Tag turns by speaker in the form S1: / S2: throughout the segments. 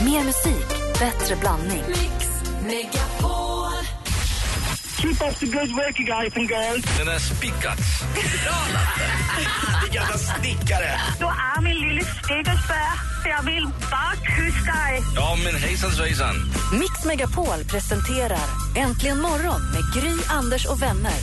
S1: Mer musik, bättre blandning.
S2: Mix Megapol.
S3: Keep up the good work, you guys and girls.
S4: Den är spickad. Det gamla snickare.
S3: Du är min lille stegelsbär. Jag vill bara kyssa dig.
S4: Ja, men hejsan svejsan.
S1: Mix Megapol presenterar Äntligen morgon med Gry, Anders och vänner.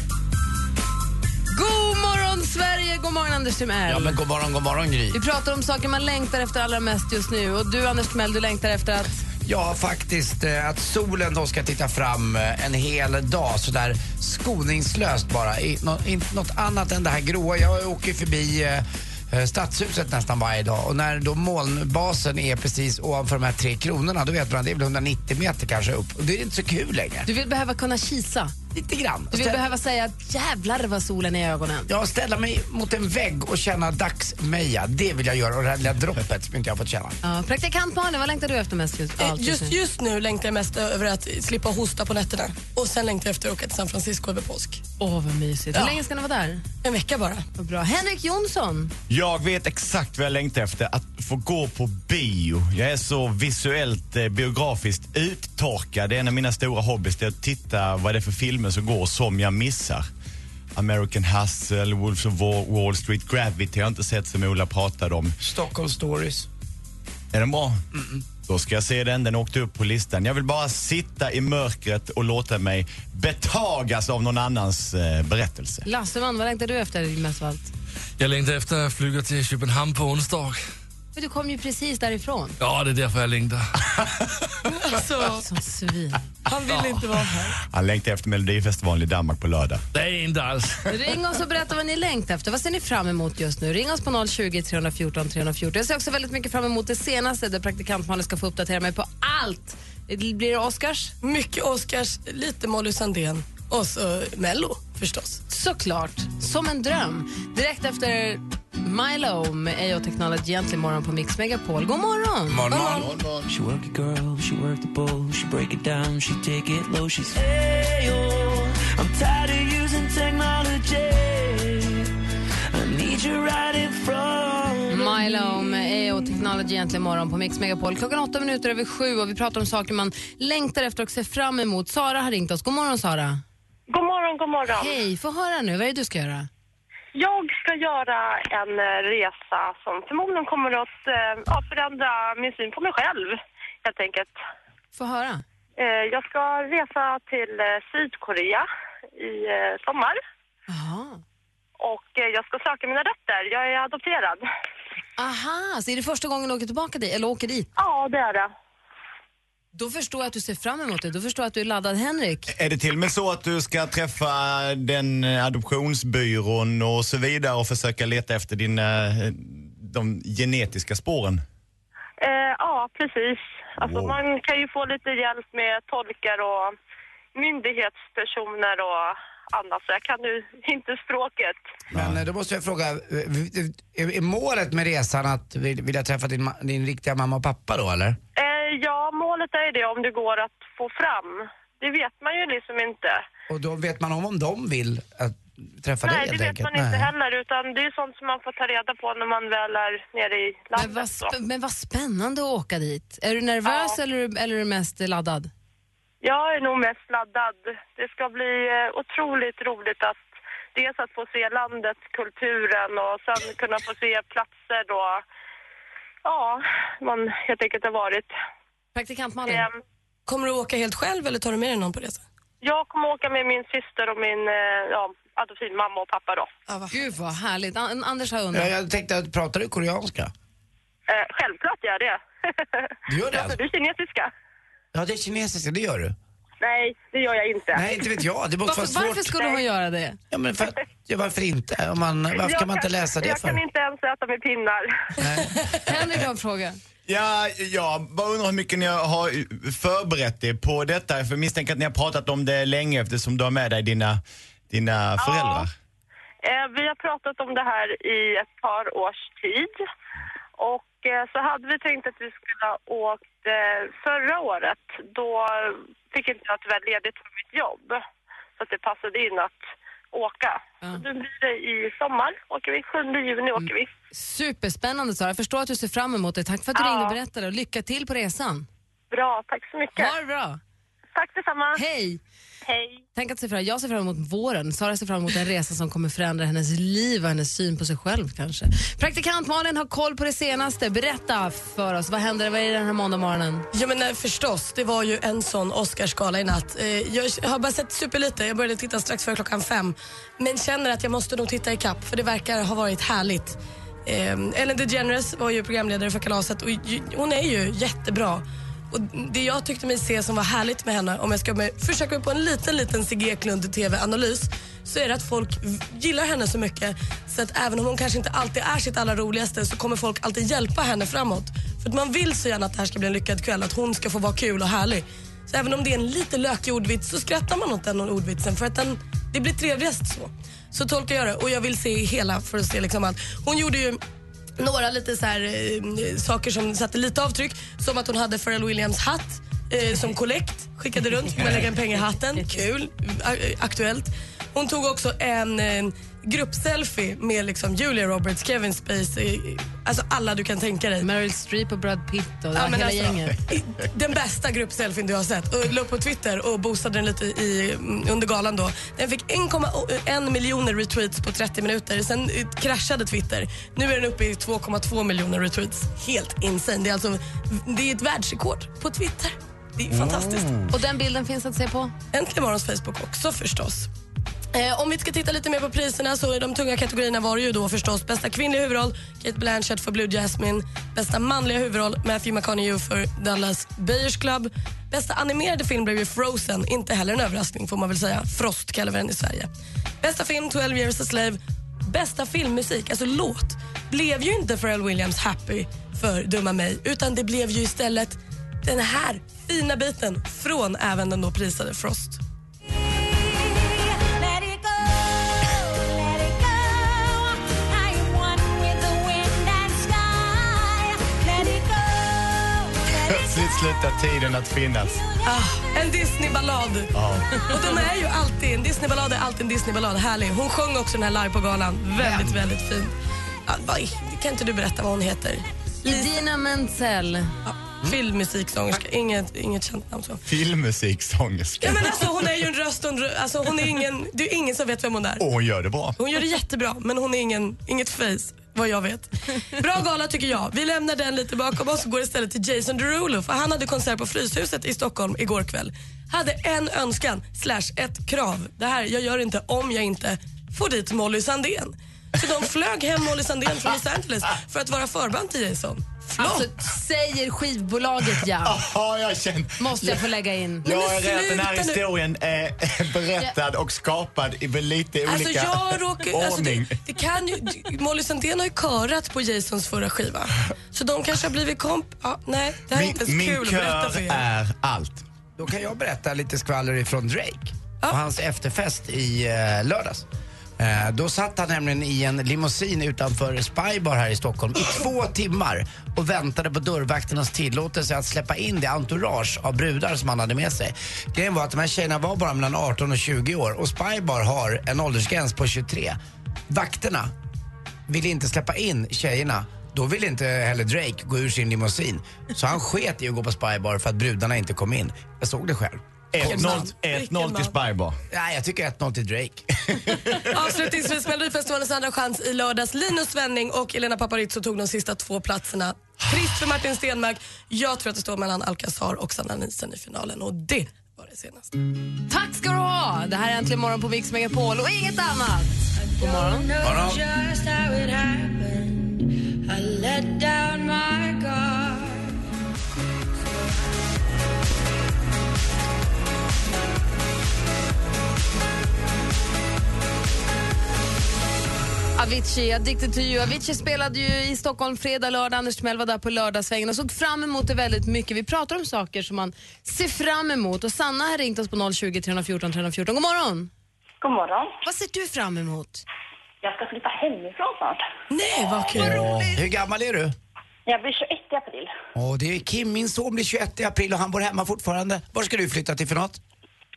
S2: God morgon, Sverige! God morgon, Anders Timell.
S5: Ja, men god morgon, god morgon Gry.
S2: Vi pratar om saker man längtar efter allra mest just nu. Och du, Anders Timell, du längtar efter att...
S5: Ja, faktiskt eh, att solen då ska titta fram eh, en hel dag sådär skoningslöst bara. I, nå, inte något annat än det här gråa. Jag åker ju förbi eh, eh, Stadshuset nästan varje dag och när då molnbasen är precis ovanför de här tre kronorna då vet man att det är väl 190 meter kanske upp. Och det är inte så kul längre.
S2: Du vill behöva kunna kisa.
S5: Lite grann.
S2: Du vill
S5: Ställ-
S2: behöva säga att jävlar vad solen är i ögonen.
S5: Ja, ställa mig mot en vägg och känna dagsmeja. Det vill jag göra och det här lilla droppet som inte jag har fått känna.
S2: Ja, praktikant Malin, vad längtar du efter mest Eh, just, allt
S6: Eh, Just,
S2: nu?
S6: just nu längtar jag mest över att slippa hosta på nätterna. Och sen längtar jag efter att åka till San Francisco över påsk.
S2: Åh, vad mysigt. Hur länge ska ni vara där?
S6: En vecka bara.
S2: Vad bra. Henrik Jonsson,
S7: Jag vet exakt vad jag längtar efter, att få gå på bio. Jag är så visuellt, eh, biografiskt uttorkad. Det är en av mina stora hobbys, det är att titta vad det är för filmer som går som jag missar. American Hustle, Wolves of Wa- Wall Street, Gravity har jag inte sett som Ola pratade om.
S5: Stockholm stories.
S7: Är den bra? Då ska jag se den, den åkte upp på listan. Jag vill bara sitta i mörkret och låta mig betagas av någon annans eh, berättelse.
S2: Lasseman, vad längtar du efter mest av allt?
S8: Jag längtar efter att flyga till Köpenhamn på onsdag.
S2: Men du kom ju precis därifrån.
S8: Ja, det är därför jag längtar.
S6: Alltså,
S2: Som svin.
S6: han vill inte vara här.
S7: Han längtar efter Melodifestivalen i Danmark på lördag.
S8: Det är inte alls.
S2: Ring oss och berätta vad ni längtar efter. Vad ser ni fram emot just nu? Ring oss på 020 314 314. Jag ser också väldigt mycket fram emot det senaste där praktikant Malin ska få uppdatera mig på allt. Det Blir det Oscars?
S6: Mycket Oscars, lite Molly Sandén och så Mello förstås.
S2: Såklart. Som en dröm. Direkt efter Milo med AO Technology egentligen morgon på Mix Megapol. God morgon!
S5: Morgon, morgon.
S9: She work it, girl. She work the bull. She break it down. She take it low. She's Ayo, I'm tired of using technology. I need you right in front.
S2: Milo med AO Technology egentligen morgon på Mix Megapol. Klockan åtta minuter över sju och vi pratar om saker man längtar efter och ser fram emot. Sara har ringt oss. God morgon Sara!
S3: God morgon, god morgon.
S2: Hej, få höra nu. Vad är det du ska göra?
S3: Jag ska göra en eh, resa som förmodligen kommer att eh, ja, förändra min syn på mig själv, helt enkelt.
S2: Få höra.
S3: Eh, Jag ska resa till eh, Sydkorea i eh, sommar
S2: Aha.
S3: och eh, jag ska söka mina rötter. Jag är adopterad.
S2: Aha, så är det första gången du åker tillbaka dit, eller åker dit?
S3: Ja, det är det.
S2: Då förstår jag att du ser fram emot det. Då förstår jag att du är laddad, Henrik.
S7: Är det till och med så att du ska träffa den eh, adoptionsbyrån och så vidare och försöka leta efter dina, eh, de genetiska spåren?
S3: Eh, ja, precis. Alltså,
S7: Wow.
S3: Man kan ju få lite hjälp med tolkar och myndighetspersoner och annat. Så jag kan ju inte språket.
S5: Men eh, då måste jag fråga, eh, v- är är målet med resan att vil- vilja träffa din, ma- din riktiga mamma och pappa då eller?
S3: Eh, ja, målet är ju det om det går att få fram. Det vet man ju liksom inte.
S5: Och då vet man om, om de vill att träffa dig
S3: Nej, det
S5: helt
S3: vet
S5: enkelt?
S3: man inte heller. Utan det är sånt som man får ta reda på när man väl är nere i
S2: Men vad,
S3: landet. då.
S2: sp- men vad spännande att åka dit. Är du nervös
S3: Ja.
S2: eller, är du- eller är du mest laddad?
S3: Jag är nog mest laddad. Det ska bli eh, otroligt roligt att dels att få se landet, kulturen och sen kunna få se platser då ja, man helt enkelt har varit.
S2: Praktikant Malin?
S3: Eh,
S6: Kommer du åka helt själv eller tar du med dig någon på resan?
S3: Jag kommer åka med min syster och min eh, ja, adoptivmamma och pappa då.
S6: Ja, vad-
S2: Gud vad härligt. An- Anders har undrat.
S5: Ja, jag tänkte, att pratar du koreanska?
S3: Eh, självklart gör jag det.
S5: Du gör det?
S3: Pratar du kinesiska?
S5: Ja, det är kinesiska, det gör du.
S3: Nej, det gör jag inte.
S5: Nej, inte vet jag. Det måste
S2: Varför,
S5: vara svårt.
S2: varför skulle hon göra det?
S5: Ja, men för, ja, varför inte? Om man, varför
S3: Jag
S5: kan man inte läsa det
S3: Jag
S5: för?
S3: kan inte ens äta med pinnar.
S2: Henrik har en fråga.
S7: Ja, jag bara undrar hur mycket ni har förberett er på detta. För jag misstänker att ni har pratat om det länge eftersom du har med dig dina, dina föräldrar.
S3: Eh, vi har pratat om det här i ett par års tid. Och eh, så hade vi tänkt att vi skulle ha åkt eh, förra året. Då fick inte jag tyvärr ledigt från mitt jobb. Så att det passade in att åka.
S2: Ja. Mm.
S3: Så nu blir det i sommar, åker vi. 7 juni åker vi.
S2: Superspännande Sara, jag förstår att du ser fram emot det. Tack för att du
S3: Ja.
S2: ringde och berättade och lycka till på resan.
S3: Bra, tack så mycket.
S2: Ha det bra.
S3: Tack detsamma.
S2: Hej!
S3: Hej.
S2: Tänk att se fram, jag ser fram emot våren, Sara ser fram emot en resa som kommer förändra hennes liv och hennes syn på sig själv kanske. Praktikant Malin har koll på det senaste. Berätta för oss, vad händer vad är det den här måndag morgonen?
S6: Ja men nej, förstås, det var ju en sån Oscarsgala i natt. Eh, Jag har bara sett superlite, jag började titta strax före klockan fem. Men känner att jag måste nog titta ikapp för det verkar ha varit härligt. Eh, Ellen DeGeneres var ju programledare för kalaset och ju- hon är ju jättebra. Och det jag tyckte mig se som var härligt med henne, om jag ska med, försöka mig på en liten, liten Sigge Eklund TV-analys, så är det att folk v- gillar henne så mycket så att även om hon kanske inte alltid är sitt allra roligaste så kommer folk alltid hjälpa henne framåt. För att man vill så gärna att det här ska bli en lyckad kväll, att hon ska få vara kul och härlig. Så även om det är en lite lökig ordvits så skrattar man åt den ordvitsen för att den, det blir trevligast så. Så tolkar jag det och jag vill se hela för att se liksom allt. Hon gjorde ju några lite så här, eh, saker som satte lite avtryck. Som att hon hade Pharrell Williams hatt eh, som kollekt. Skickade runt, fick man lägga en peng i hatten. Kul, a- eh, aktuellt. Hon tog också en eh, gruppselfie med liksom Julia Roberts, Kevin Spacey, eh, alltså alla du kan tänka dig.
S2: Meryl Streep och Brad Pitt och
S6: Ja,
S2: hela
S6: men alltså,
S2: gänget.
S6: i- Den bästa gruppselfien du har sett. Och la upp på Twitter och boostade den lite i, mm, under galan då. Den fick 1,1 miljoner retweets på 30 minuter. Sen eh, kraschade Twitter. Nu är den uppe i 2,2 miljoner retweets. Helt insane. Det är alltså det är ett världsrekord på Twitter. Det är fantastiskt.
S2: Och den bilden finns att se på?
S6: Äntligen morgons Facebook också förstås. Eh, om vi ska titta lite mer på priserna så i de tunga kategorierna var det ju då förstås bästa kvinnliga huvudroll, Kate Blanchett för Blue Jasmine, bästa manliga huvudroll, Matthew McConaughey för Dallas Buyers Club. Bästa animerade film blev ju Frozen, inte heller en överraskning får man väl säga. Frost kallar vi den i Sverige. Bästa film, 12 years a slave, bästa filmmusik, alltså låt, blev ju inte Pharrell Williams Happy för Dumma mig, utan det blev ju istället den här fina biten från även den då prisade Frost.
S7: Plötsligt slutar tiden att finnas.
S6: Ah, en Disneyballad.
S7: Ja.
S6: Och de är ju alltid, en Disneyballad är alltid en Disneyballad. Härlig. Hon sjöng också den här live på galan. Väldigt, väldigt fint. Ah, vad- kan inte du berätta vad hon heter?
S2: Idina Menzel.
S6: Ah, Filmmusiksångerska. Inget, inget känt namn så. Ja,
S7: Filmmusiksångerska.
S6: men alltså, hon är ju en röst under... Alltså, hon är ingen, det är ingen som vet vem hon är.
S7: Och hon gör det bra.
S6: Hon gör det jättebra, men hon är ingen, inget face vad jag vet. Bra gala tycker jag. Vi lämnar den lite bakom oss och går istället till Jason Derulo för han hade konsert på Fryshuset i Stockholm igår kväll. Hade en önskan, slash ett krav. Det här, jag gör inte om jag inte får dit Molly Sandén. Så de flög hem Molly Sandén från Los Angeles för att vara förband till Jason. Flott!
S2: Alltså, säger skivbolaget ja,
S7: Jaha, jag känner...
S2: måste jag få lägga in.
S7: Jag
S6: Men
S7: är rädd att den här
S6: sluta nu.
S7: historien är berättad och skapad i väl lite olika
S6: Alltså jag råkar, alltså det,
S7: ordning.
S6: det kan ju, Molly Sandén har ju körat på Jasons förra skiva. Så de kanske har blivit komp... Ja, nej, det här är inte
S7: min
S6: ens
S7: min
S6: kul att berätta för
S7: kör
S6: er.
S7: är allt.
S5: Då kan jag berätta lite skvaller ifrån Drake och hans efterfest i eh, lördags. Eh, då satt han nämligen i en limousin utanför Spybar här i Stockholm i två timmar och väntade på dörrvakternas tillåtelse att släppa in det entourage av brudar som han hade med sig. Grejen var att de här tjejerna var bara mellan 18 och 20 år och Spybar har en åldersgräns på 23. Vakterna ville inte släppa in tjejerna. Då ville inte heller Drake gå ur sin limousin. Så han sket i att gå på spybar för att brudarna inte kom in. Jag såg det själv.
S7: 1-0 1-0 till Spybar.
S5: Nej, jag tycker 1-0 till Drake.
S6: Avslutningsvis Melodifestivalens andra chans i lördags. Linus Svenning och Elena Paparizou tog de sista två platserna. Trist för Martin Stenmark. Jag tror att det står mellan Alcazar och Sanna Nielsen i finalen och det var det senaste.
S2: Tack ska du ha! Det här är Äntligen morgon på Mix Megapol och inget annat. God morgon. Avicii, Addicted to you. Avicii spelade ju i Stockholm fredag, lördag. Anders Timell var där på lördagssvängen och såg fram emot det väldigt mycket. Vi pratar om saker som man ser fram emot och Sanna har ringt oss på 020 314 314. God morgon!
S3: God morgon.
S2: Vad ser du fram emot?
S3: Jag ska flytta hemifrån snart.
S6: Nej, vad kul!
S5: Hur gammal är du?
S3: Jag blir 21 i april.
S5: Åh, det är Kim, min son blir 21 i april och han bor hemma fortfarande. Var ska du flytta till för något?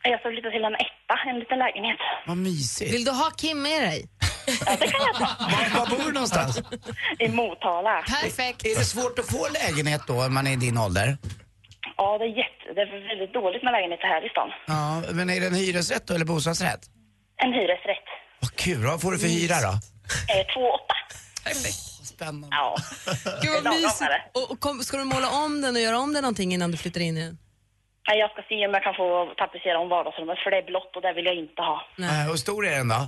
S3: Jag ska flytta till en etta, en liten lägenhet.
S5: Vad mysigt.
S2: Vill du ha Kim med dig?
S3: Ja, det kan jag ta.
S5: Var, var bor du någonstans?
S3: I Motala.
S2: Perfekt.
S5: Är det svårt att få lägenhet då, om man är i din ålder?
S3: Ja, det är, jätte, det är väldigt dåligt med lägenheter här i stan.
S5: Ja, men är det en hyresrätt då, eller bostadsrätt?
S3: En hyresrätt.
S5: Vad kul, vad får du för hyra då?
S3: Eh, två åtta.
S5: Vad Spännande.
S3: Ja.
S2: Gud vad
S3: Det är
S2: mysigt.
S3: lagom,
S2: Och, och kom, ska du måla om den och göra om den någonting innan du flyttar in i den?
S3: Nej, Jag ska se om jag kan få tapetsera om vardagsrummet, för det är blått och det vill jag inte ha.
S5: Eh, Hur stor är den då?
S3: 42,5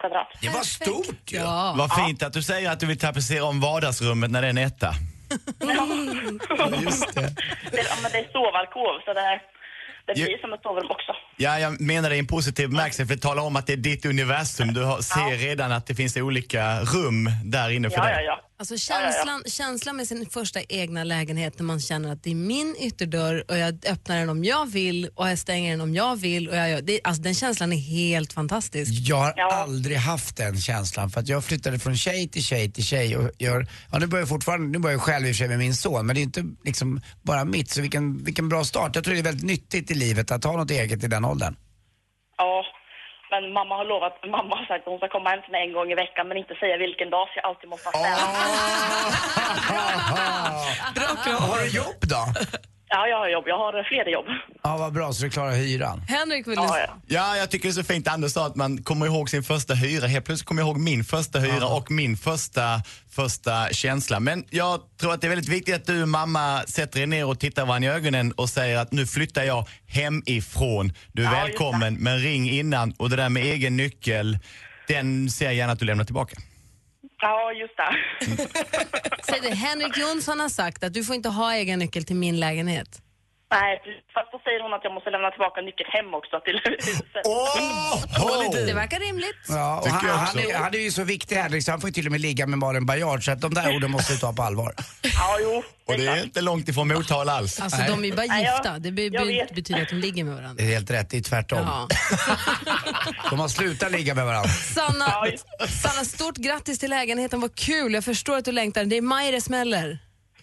S3: kvadrat.
S5: Det var stort ju.
S2: Ja.
S7: Vad fint att du säger att du vill tapetsera om vardagsrummet när det är en etta.
S5: Mm. Just det.
S3: Det, ja, men det är sovalkov, så det, här, det
S7: Ju-
S3: blir som ett sovrum också.
S7: Ja, jag menar det i en positiv bemärkelse för att tala om att det är ditt universum. Du har, ser redan att det finns olika rum där inne för
S3: Ja,
S7: dig.
S3: ja, ja.
S2: Alltså känslan, känslan med sin första egna lägenhet när man känner att det är min ytterdörr och jag öppnar den om jag vill och jag stänger den om jag vill. Och jag, gör- det, alltså, den känslan är helt fantastisk.
S5: Jag har
S3: Ja.
S5: aldrig haft den känslan för att jag flyttade från tjej till tjej till tjej och gör, ja nu börjar jag fortfarande, nu börjar jag själv i och för sig med min son men det är inte liksom bara mitt så vilken, vilken bra start. Jag tror det är väldigt nyttigt i livet att ha något eget i den åldern.
S3: Ja, men mamma har lovat, mamma har sagt att hon ska komma hem till mig en gång i veckan men inte säga vilken dag så jag alltid måste ha städat.
S5: Har du jobb då?
S3: Ja, jag har jobb, jag har flera jobb.
S5: Ja vad bra så du klarar hyran.
S2: Henrik ville...
S3: Ja, ja.
S7: Ja, jag tycker det är så fint Anders sa att man kommer ihåg sin första hyra. Helt plötsligt kommer jag ihåg min första hyra och min första, första känsla. Men jag tror att det är väldigt viktigt att du mamma sätter er ner och tittar varandra i ögonen och säger att nu flyttar jag hemifrån. Du är
S3: Ja, just
S7: välkommen, men ring innan. Och det där med egen nyckel, den ser jag gärna att du lämnar tillbaka.
S3: Ja, just det.
S2: Säg det, Henrik Jonsson har sagt att du får inte ha egen nyckel till min lägenhet.
S3: Nej, fast då säger hon att jag måste lämna tillbaka nyckeln hem också till huset.
S7: Oh!
S2: Det verkar rimligt.
S5: Ja, och
S7: Tycker
S5: han,
S7: jag
S5: han,
S7: också.
S5: är, han är ju så viktig här så han får ju till och med ligga med Malin Baryard så att de där orden måste du ta på allvar.
S3: Ja, jo.
S7: Och det är
S3: klart.
S7: inte långt ifrån Motala alls.
S2: Alltså de är ju bara
S3: Nej, jag-
S2: gifta. Det be-
S3: jag
S2: be-
S3: vet.
S2: betyder att de ligger med varandra.
S5: Det är helt rätt, det är tvärtom.
S2: Ja.
S5: De har slutat ligga med varandra.
S2: Sanna,
S3: Ja, just-
S2: Sanna, stort grattis till lägenheten. Vad kul. Jag förstår att du längtar. Det är maj det smäller.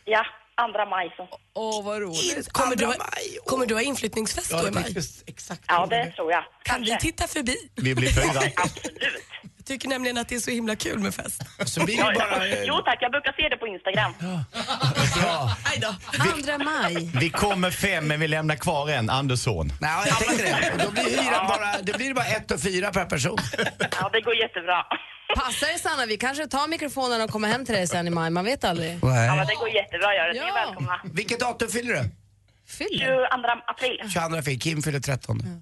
S3: Ja, andra maj så.
S2: Åh, vad roligt.
S6: Kommer du, ha, kommer du ha inflyttningsfest då i maj?
S3: Ja, det tror jag.
S6: Kan vi
S3: Kanske.
S6: titta förbi?
S7: Vi blir fyra.
S3: Absolut.
S6: Jag tycker nämligen att det är så himla kul med fest.
S5: Så blir
S3: Ja,
S5: det bara... eh,
S3: ja. Jo tack, jag brukar se det på Instagram.
S5: Bra.
S6: Aj då.
S2: Andra maj.
S7: Vi kommer fem men vi lämnar kvar en, Andersson.
S5: Nej, jag tänkte det. Och då blir hyran bara, det blir bara ett och fyra per person.
S3: Ja, det går jättebra.
S2: Passa dig Sanna, vi kanske tar mikrofonen och kommer hem till dig sen i maj. Man vet aldrig.
S3: Ja, men det går jättebra, gör det. Ni är
S2: Ja.
S3: välkomna.
S5: Vilket datum fyller du?
S2: Fyller.
S3: 22 april.
S5: 22 fick Kim fyller 13.
S2: Nej,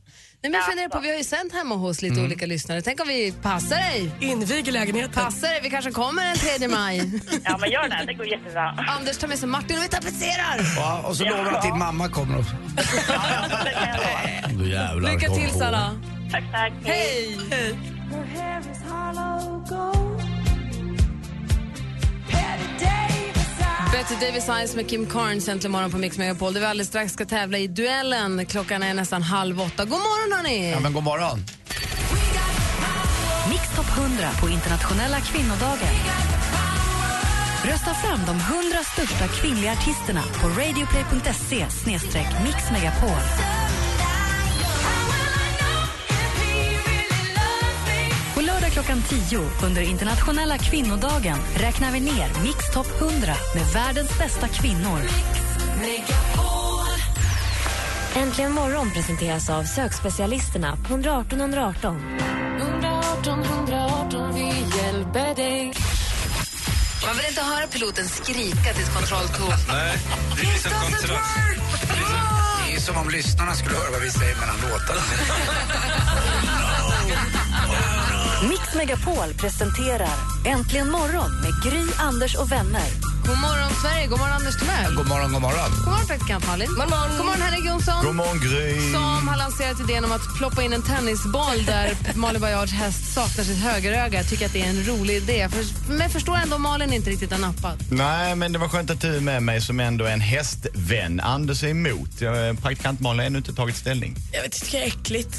S2: men jag funderar på, vi har ju sänt hemma hos lite olika lyssnare. Tänk om vi passar dig.
S6: Invig lägenheten.
S2: Passar dig, vi kanske kommer den 3 maj.
S3: Ja, men gör det. Det går jättebra.
S2: Anders tar med sig Martin och vi tapetserar.
S5: Ja, och så lovar du att din mamma kommer också.
S3: Det kan jag lova.
S8: Du jävlar.
S2: Lycka till Sanna.
S3: Tack, tack.
S2: Hej! Betty Davis Eyes med Kim Carnes äntligen morgon på Mix Megapol där vi alldeles strax ska tävla i duellen. Klockan är nästan halv åtta. God morgon hörni!
S5: Ja, men god morgon.
S1: Mix Top 100 på internationella kvinnodagen. Rösta fram de 100 största kvinnliga artisterna på radioplay.se mixmegapol. På lördag klockan 10 under internationella kvinnodagen räknar vi ner Mix Top 100 med världens bästa kvinnor.
S10: Äntligen morgon presenteras av sökspecialisterna på 118 118.
S1: Man vill inte höra piloten skrika till kontrollkod.
S4: Nej, det är liksom kontrakt.
S5: Det är som om lyssnarna skulle höra vad vi säger mellan låtarna.
S1: Mix Megapol presenterar Äntligen morgon med Gry, Anders och vänner.
S2: God morgon Sverige, god morgon Anders Timell.
S5: God morgon, god morgon.
S2: God morgon praktikant Malin. God morgon, god morgon Henrik Jonsson.
S7: God morgon Gry.
S2: som har lanserat idén om att ploppa in en tennisboll där Malin Baryards häst saknar sitt högeröga. Jag tycker att det är en rolig idé. För, men jag förstår ändå om Malin inte riktigt har nappat.
S7: Nej, men det var skönt att du är med mig som ändå är en hästvän. Anders är emot. Jag är praktikant Malin har ännu inte tagit ställning.
S6: Jag vet, det tycker jag är äckligt.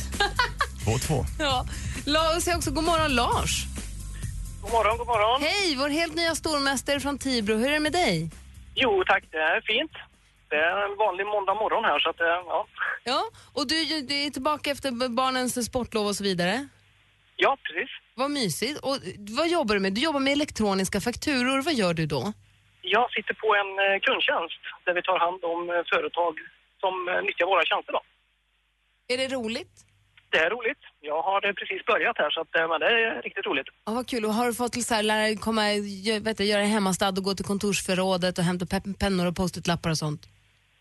S7: Två, två.
S2: Ja. La, och säg också god morgon Lars.
S3: God morgon, god morgon.
S2: Hej, vår helt nya stormästare från Tibro. Hur är det med dig?
S3: Jo tack, det är fint.
S11: det är en vanlig måndag morgon här så att, eh, ja.
S2: Ja, och du, är ju- du är tillbaka efter barnens sportlov och så vidare?
S11: Ja, precis.
S2: Vad mysigt. Och vad jobbar du med? Du jobbar med elektroniska fakturor. Vad gör du då?
S11: Jag sitter på en eh, kundtjänst där vi tar hand om eh, företag som eh, nyttjar våra tjänster då.
S2: Är det roligt?
S11: Det är roligt. Jag har eh, precis börjat här så att, eh, men det är riktigt roligt.
S2: Ja, vad kul. Och har du fått till så här, lära dig komma, gö- vet du, göra hemmastad och gå till kontorsförrådet och hämta pe- pennor och post-it-lappar och sånt?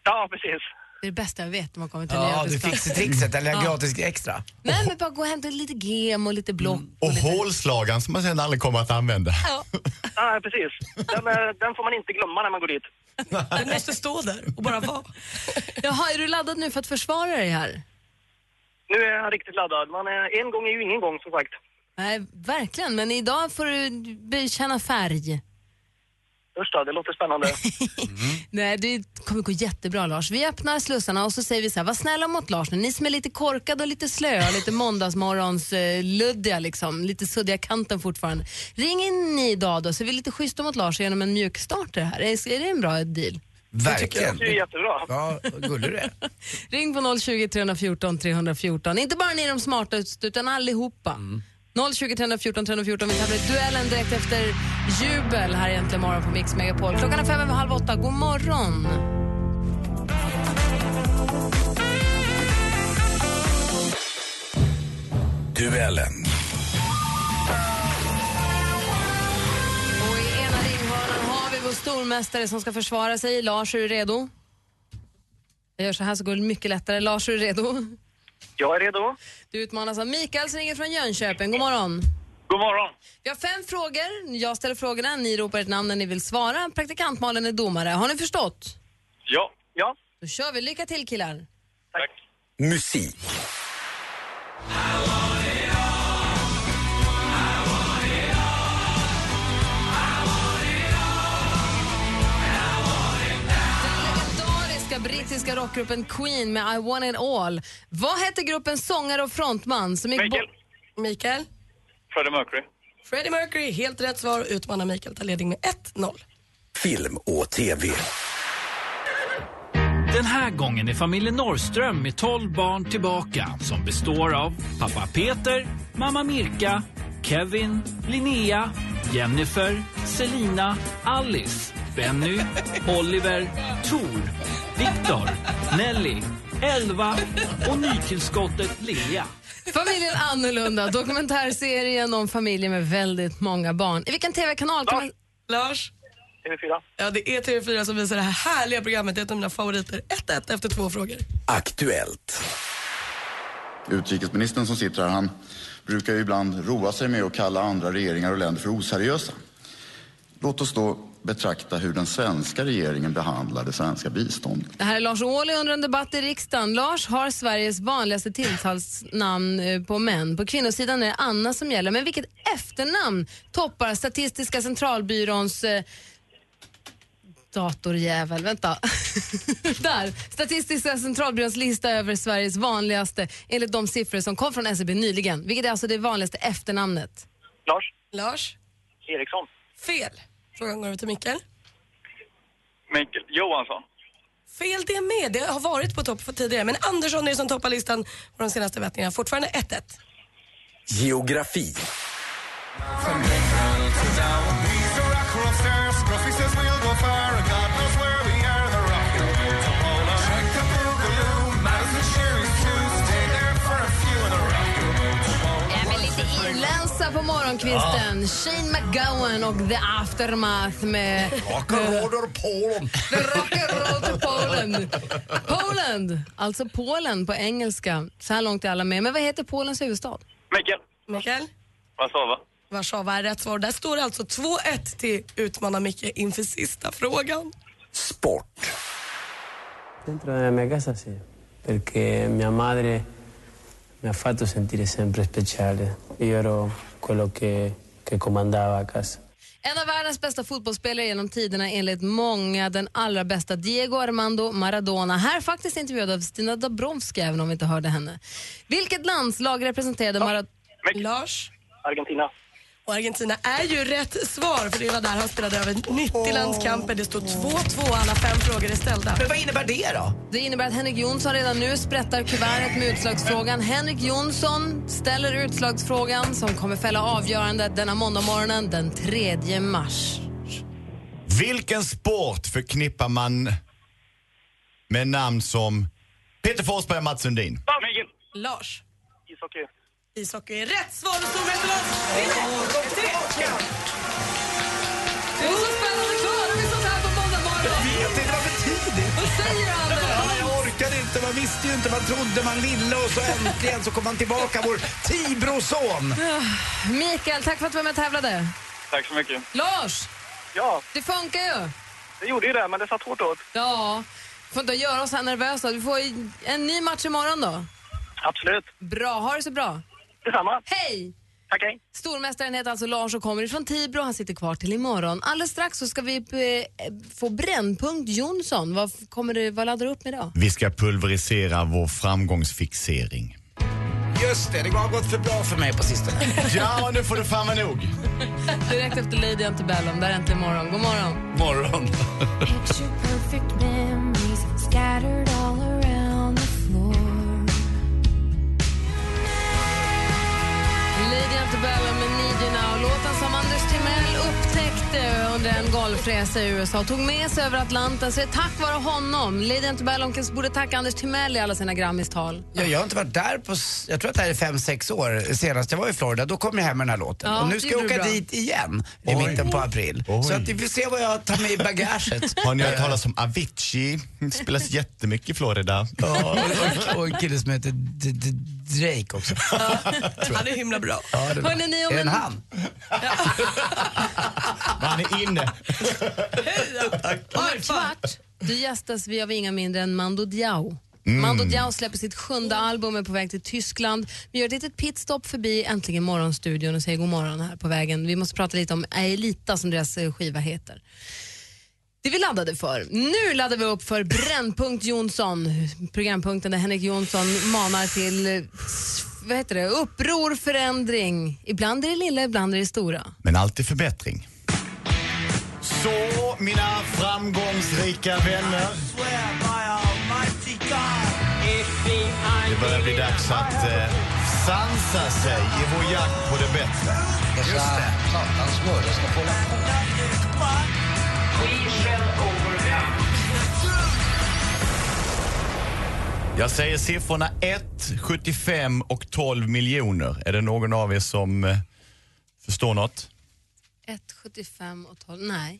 S11: Ja, precis.
S2: Det är det bästa jag vet när man kommer till en ny
S5: Ja, du
S2: arbetsplats.
S5: fixar trixet eller
S2: Ja.
S5: gratis extra.
S2: Nej, men bara gå och hämta lite gem och lite block.
S12: Och hålslagan som man sen aldrig kommer att använda.
S11: Ja, precis. Den, eh, den får man inte glömma när man går dit.
S6: Den måste stå där och bara vara.
S2: Jaha, är du laddad nu för att försvara dig här?
S11: Nu är jag riktigt laddad. Man är, en gång är ju ingen gång som sagt.
S2: Nej, verkligen. Men idag får du bekänna färg.
S11: Usch då, det låter spännande.
S2: Nej, det kommer gå jättebra Lars. Vi öppnar slussarna och så säger vi så här, var snälla mot Lars nu. Ni som är lite korkade och lite slöa, lite måndagsmorgons eh, luddiga liksom, lite suddiga kanten fortfarande. Ring in ni idag då, så är vi lite schyssta mot Lars genom en mjukstart i det här. Är, är det en bra deal?
S5: Verkligen.
S11: Det är jättebra.
S5: Ja, vad gullig du är.
S2: Ring på 020 314 314. Inte bara ni är de smarta utan allihopa. 020 314 314. Vi tar duellen direkt efter jubel här egentligen morgon på Mix Megapol. Klockan är fem över halv åtta. God morgon!
S4: Duellen.
S2: Och i ena ringhörnan har vi vår stormästare som ska försvara sig. Lars, är du redo? Jag gör så här så går det mycket lättare. Lars, är du redo?
S11: Jag är redo.
S2: Du utmanas av Mikael som ringer från Jönköping. God morgon!
S11: God morgon.
S2: Vi har fem frågor. Jag ställer frågorna, ni ropar ett namn när ni vill svara. Praktikant Malin är domare. Har ni förstått?
S11: Ja. Ja.
S2: Då kör vi. Lycka till killar.
S13: Musik.
S2: Legendariska brittiska rockgruppen Queen med I want it all. Vad hette gruppens sångare och frontman som gick Mikael.
S6: Mikael?
S14: Freddie Mercury.
S6: Freddie Mercury, helt rätt svar. Utmanar Mikael tar ledning med 1-0.
S13: Film och TV.
S15: Den här gången är familjen Norrström med 12 barn tillbaka som består av pappa Peter, mamma Mirka, Kevin, Linnea, Jennifer, Selina, Alice, Benny, Oliver, Tor, Viktor, Nelly, Elva och nytillskottet Lea.
S2: Familjen Annorlunda, dokumentärserien om familjer med väldigt många barn. I vilken TV-kanal kan man...
S6: Lars?
S11: TV4.
S6: Ja, det är TV4 som visar det här härliga programmet. Det är ett av mina favoriter. 1-1 efter två frågor.
S13: Aktuellt.
S16: Utrikesministern som sitter här, han brukar ju ibland roa sig med att kalla andra regeringar och länder för oseriösa. Låt oss då betrakta hur den svenska regeringen behandlar det svenska biståndet.
S2: Det här är Lars Ohly under en debatt i riksdagen. Lars har Sveriges vanligaste tilltalsnamn eh, på män. På kvinnosidan är det Anna som gäller. Men vilket efternamn toppar Statistiska centralbyråns eh, datorjävel? Vänta. Där. Statistiska centralbyråns lista över Sveriges vanligaste enligt de siffror som kom från SCB nyligen. Vilket är alltså det vanligaste efternamnet?
S11: Lars
S6: Lars?
S11: Eriksson.
S6: Fel. Frågan går över till Mikael.
S14: Mikael Johansson.
S6: Fel det med. Det har varit på topp för tidigare. Men Andersson är det som toppar listan på de senaste mätningarna. Fortfarande 1-1.
S13: Geografi.
S2: Ja, men lite irländska på morgonkvisten. Shane McGowan och The Aftermath med...
S5: Rock'n'roll Polen.
S2: Rock'n'roll to Poland. Poland, alltså Polen på engelska. Så här långt är alla med. Men vad heter Polens huvudstad?
S14: Mikael.
S6: Mikael?
S14: Warszawa.
S6: Warszawa är rätt svar. Där står det alltså 2-1 till utmanar Micke inför sista frågan.
S17: Dentro de mia casa sì, perché mia madre mi ha fatto sentire sempre speciale. Io ero quello che, che comandava a casa.
S2: En av världens bästa fotbollsspelare genom tiderna enligt många den allra bästa Diego Armando Maradona. Här faktiskt intervjuad av Stina Dabrowski även om vi inte hörde henne. Vilket landslag representerade Maradona?
S6: Lars?
S11: Argentina.
S6: Och Argentina är ju rätt svar för det var där han spelade över 90 landskamper. Det står 2-2 alla fem frågor är ställda.
S5: Men vad innebär det då?
S2: Det innebär att Henrik Jonsson redan nu sprättar kuvertet med utslagsfrågan. Henrik Jonsson ställer utslagsfrågan som kommer fälla avgörandet denna måndagmorgonen den 3 mars.
S7: Vilken sport förknippar man med namn som Peter Forsberg och Mats Sundin?
S6: Lars.
S11: Ishockey.
S6: Ishockey är rätt svar och Stormästaren vinner! Det är så spännande kvar och vi sånt här på måndag morgon.
S5: Jag vet inte, det var för tidigt.
S6: Vad säger han?
S5: Nej, Jag orkade inte, man visste ju inte, man trodde man ville och så äntligen så kom han tillbaka, vår Tibroson.
S2: Mikael, tack för att du var med och tävlade.
S14: Tack så mycket.
S2: Lars,
S11: Ja,
S2: det funkar ju.
S11: det gjorde ju det, men det satt hårt åt.
S2: Ja, får inte göra oss här nervösa. Du får ju en ny match imorgon då.
S11: Absolut.
S2: Bra, ha det så bra.
S11: Detsamma.
S2: Hej!
S11: Tack, hej.
S2: Stormästaren heter alltså Lars och kommer ifrån Tibro. Han sitter kvar till imorgon. Alldeles strax så ska vi eh, få Brännpunkt Jonsson. Vad, f- kommer du, vad laddar du upp med idag?
S7: Vi ska pulverisera vår framgångsfixering.
S5: Just det, det har gått för bra för mig på sistone.
S7: Ja, nu får du fan vara nog.
S2: Direkt efter Lady Antebellum. Där är äntligen morgon. God morgon.
S7: Morgon.
S4: Picture perfect memories scattered all around the floor.
S2: Lady Antebellum med Need You Now. Låten som Anders Timell upptäckte under en golfresa i USA och tog med sig över Atlanten. Så det är tack vare honom. Lady Antebellum kanske borde tacka Anders Timell i alla sina Grammistal.
S5: Ja, jag har inte varit där på, s- jag tror att det här är fem, sex år. Senast jag var i Florida, då kom jag hem med den här låten.
S2: Ja,
S5: och nu
S2: det
S5: ska jag
S2: gjorde
S5: åka
S2: du bra.
S5: dit igen i
S7: Oj.
S5: mitten på april.
S7: Oj.
S5: Så att vi får se vad jag tar med i bagaget.
S7: Har ni hört talas om Avicii? Det spelas jättemycket i Florida.
S5: Ja, och- och en kille som heter D- D- Drake också.
S6: Han är himla bra.
S5: Ja, det är bra.
S2: Hörrni, ni, om
S5: är det en
S2: en-
S5: han?
S7: Han är inne.
S2: Om en kvart då gästas vi av inga mindre än Mando Diao. Mando Diao släpper sitt sjunde album och är på väg till Tyskland. Vi gör ett litet pitstop förbi Äntligen Morgonstudion och säger god morgon här på vägen. Vi måste prata lite om Aelita som deras eh, skiva heter. Det vi laddade för. Nu laddar vi upp för Brännpunkt Jonsson. Programpunkten där Henrik Jonsson manar till eh, s- vad heter det? uppror, förändring. Ibland är det lilla, ibland är det stora.
S7: Men alltid förbättring. Så, mina framgångsrika vänner. Det börjar bli dags att eh, sansa sig i vår jakt på det bättre.
S5: Just det. Satan smör, jag ska få hålla på.
S7: Jag säger siffrorna 1, 75 och 12 miljoner. Är det någon av er som eh, förstår något?
S2: 1,75 och 12. Nej.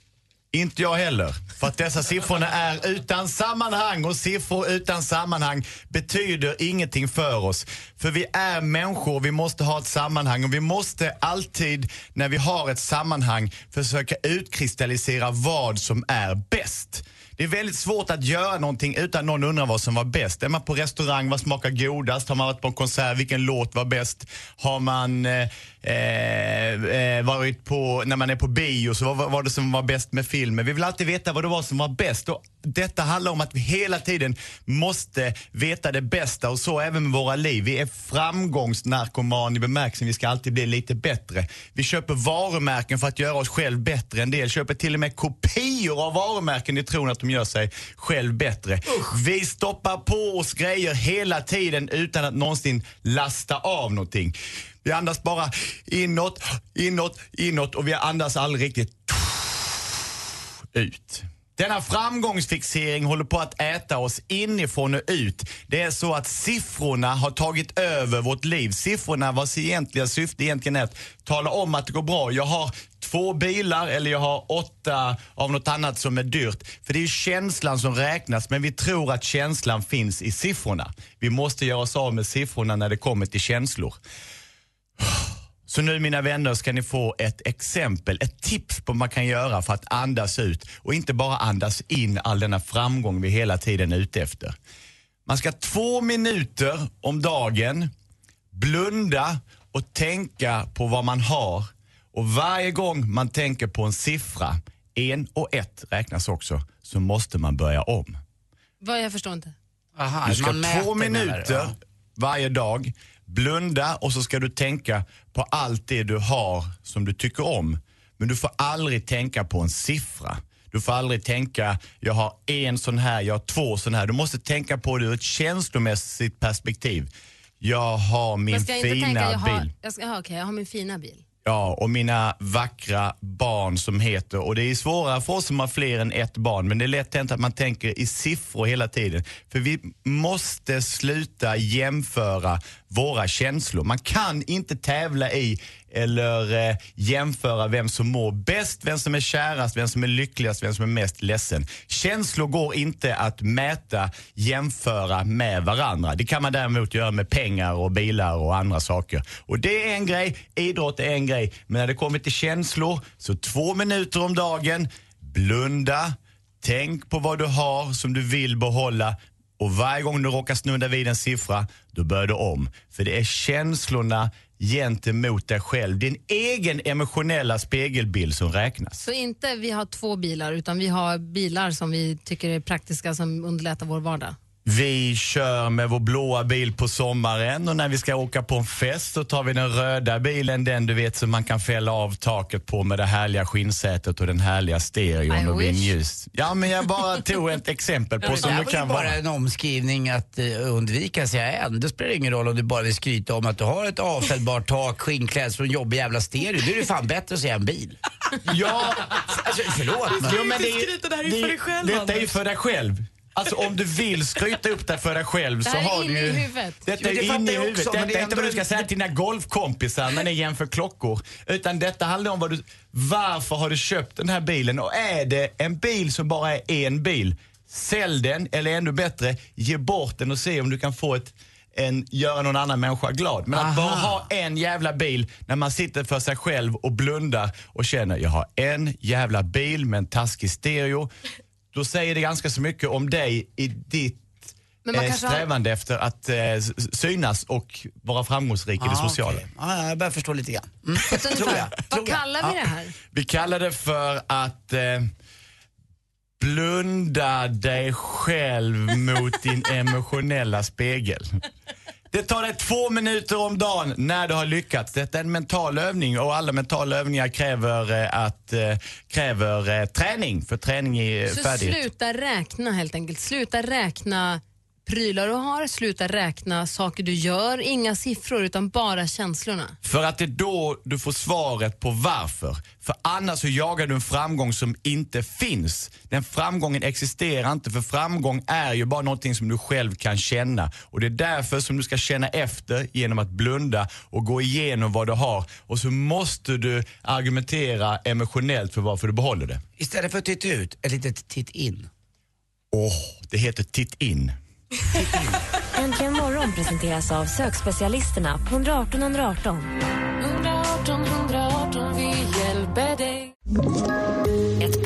S7: Inte jag heller. För att dessa siffrorna är utan sammanhang och siffror utan sammanhang betyder ingenting för oss. För vi är människor, vi måste ha ett sammanhang och vi måste alltid när vi har ett sammanhang försöka utkristallisera vad som är bäst. Det är väldigt svårt att göra någonting utan någon undrar vad som var bäst. Är man på restaurang, vad smakar godast? Har man varit på en konsert, vilken låt var bäst? Har man eh, eh, varit på, när man är på bio, så vad vad var det som var bäst med filmen? Vi vill alltid veta vad det var som var bäst. Och detta handlar om att vi hela tiden måste veta det bästa och så även med våra liv. Vi är framgångsnarkoman i bemärkelsen vi ska alltid bli lite bättre. Vi köper varumärken för att göra oss själv bättre. En del köper till och med kopior av varumärken i tron att de gör sig själv bättre. Vi stoppar på oss grejer hela tiden utan att någonsin lasta av någonting. Vi andas bara inåt, inåt, inåt och vi andas aldrig riktigt ut. Denna framgångsfixering håller på att äta oss inifrån och ut. Det är så att siffrorna har tagit över vårt liv. Siffrorna vars egentliga syfte egentligen är att tala om att det går bra. Jag har två bilar eller jag har åtta av något annat som är dyrt. För det är ju känslan som räknas men vi tror att känslan finns i siffrorna. Vi måste göra oss av med siffrorna när det kommer till känslor. Så nu mina vänner ska ni få ett exempel, ett tips på vad man kan göra för att andas ut och inte bara andas in all denna framgång vi hela tiden är ute efter. Man ska två minuter om dagen blunda och tänka på vad man har och varje gång man tänker på en siffra, en och ett räknas också, så måste man börja om.
S2: Vad, jag förstår inte.
S5: Aha,
S7: Du ska
S5: man mäter,
S7: två
S5: menar du?
S7: minuter varje dag. Blunda och så ska du tänka på allt det du har som du tycker om. Men du får aldrig tänka på en siffra. Du får aldrig tänka, jag har en sån här, jag har två sån här. Du måste tänka på det ur ett känslomässigt perspektiv. Jag har min
S2: Man ska inte
S7: fina
S2: tänka, jag
S7: bil.
S2: har, jag ska, aha, okej, jag har min fina bil.
S7: Ja, och mina vackra barn som heter. Och det är svårare för oss som har fler än ett barn, men det är lätt hänt att man tänker i siffror hela tiden. För vi måste sluta jämföra våra känslor. Man kan inte tävla i eller eh, jämföra vem som mår bäst, vem som är kärast, vem som är lyckligast, vem som är mest ledsen. Känslor går inte att mäta, jämföra med varandra. Det kan man däremot göra med pengar och bilar och andra saker. Och det är en grej, idrott är en grej. Men när det kommer till känslor, så två minuter om dagen, blunda, tänk på vad du har som du vill behålla. Och varje gång du råkar snudda vid en siffra, då börjar du om. För det är känslorna gentemot dig själv, din egen emotionella spegelbild som räknas.
S2: Så inte vi har två bilar, utan vi har bilar som vi tycker är praktiska som underlättar vår vardag.
S7: Vi kör med vår blåa bil på sommaren och när vi ska åka på en fest så tar vi den röda bilen, den du vet som man kan fälla av taket på med det härliga skinnsätet och den härliga stereon
S5: I
S7: och
S5: wish.
S7: vindljus. Ja, men jag bara tog ett exempel
S5: Ja,
S7: på som
S5: det
S7: det
S5: där var
S7: kan
S5: ju bara
S7: vara.
S5: en omskrivning att eh, undvika att säga en. Det spelar ingen roll om du bara vill skryta om att du har ett avfällbart tak, skinnklädsel och en jobbig jävla stereo. Då är det fan bättre att säga en bil.
S7: Ja,
S5: alltså förlåt. men-
S7: Jo, men det är- det- Detta är ju för dig själv. Alltså om du vill skryta upp dig för dig själv
S2: Det
S7: så
S2: här är
S7: har
S2: inne
S7: du ju...
S2: i huvudet.
S7: Detta
S2: Jo,
S7: är
S2: det fattar
S7: inne i
S2: jag
S7: huvudet.
S2: också, men
S7: detta
S2: det är
S7: är inte vad
S2: ändå
S7: du ska
S2: en-
S7: säga till dina golfkompisar när ni jämför klockor. Utan detta handlar om vad du... Varför har du köpt den här bilen? Och är det en bil som bara är en bil, sälj den eller ännu bättre, ge bort den och se om du kan få ett en, göra någon annan människa glad. Men att
S5: Aha.
S7: bara ha en jävla bil när man sitter för sig själv och blundar och känner jag har en jävla bil med en taskig stereo. Då säger det ganska så mycket om dig i ditt
S5: Men man
S7: eh,
S5: kanske har-
S7: strävande efter att eh, s- s- synas och vara framgångsrik i det
S5: Ah,
S7: sociala.
S5: okej. Ah, jag börjar förstå lite grann.
S2: Vad kallar vi det här?
S7: Vi kallar det för att eh, blunda dig själv mot din emotionella spegel. Det tar dig två minuter om dagen när du har lyckats. Detta är en mental övning och alla mentala övningar kräver, eh, att, eh, kräver eh, träning. För träning är eh,
S2: Så
S7: färdighet.
S2: sluta räkna helt enkelt. Sluta räkna prylar du har, sluta räkna saker du gör. Inga siffror utan bara känslorna.
S7: För att det är då du får svaret på varför. För annars så jagar du en framgång som inte finns. Den framgången existerar inte för framgång är ju bara någonting som du själv kan känna. Och det är därför som du ska känna efter genom att blunda och gå igenom vad du har. Och så måste du argumentera emotionellt för varför du behåller det.
S5: Istället för att titta ut, ett litet titt in.
S7: Åh, det heter titt in.
S10: Äntligen morgon presenteras av sökspecialisterna på 118 118.
S4: 118 118, vi hjälper dig.
S1: Ett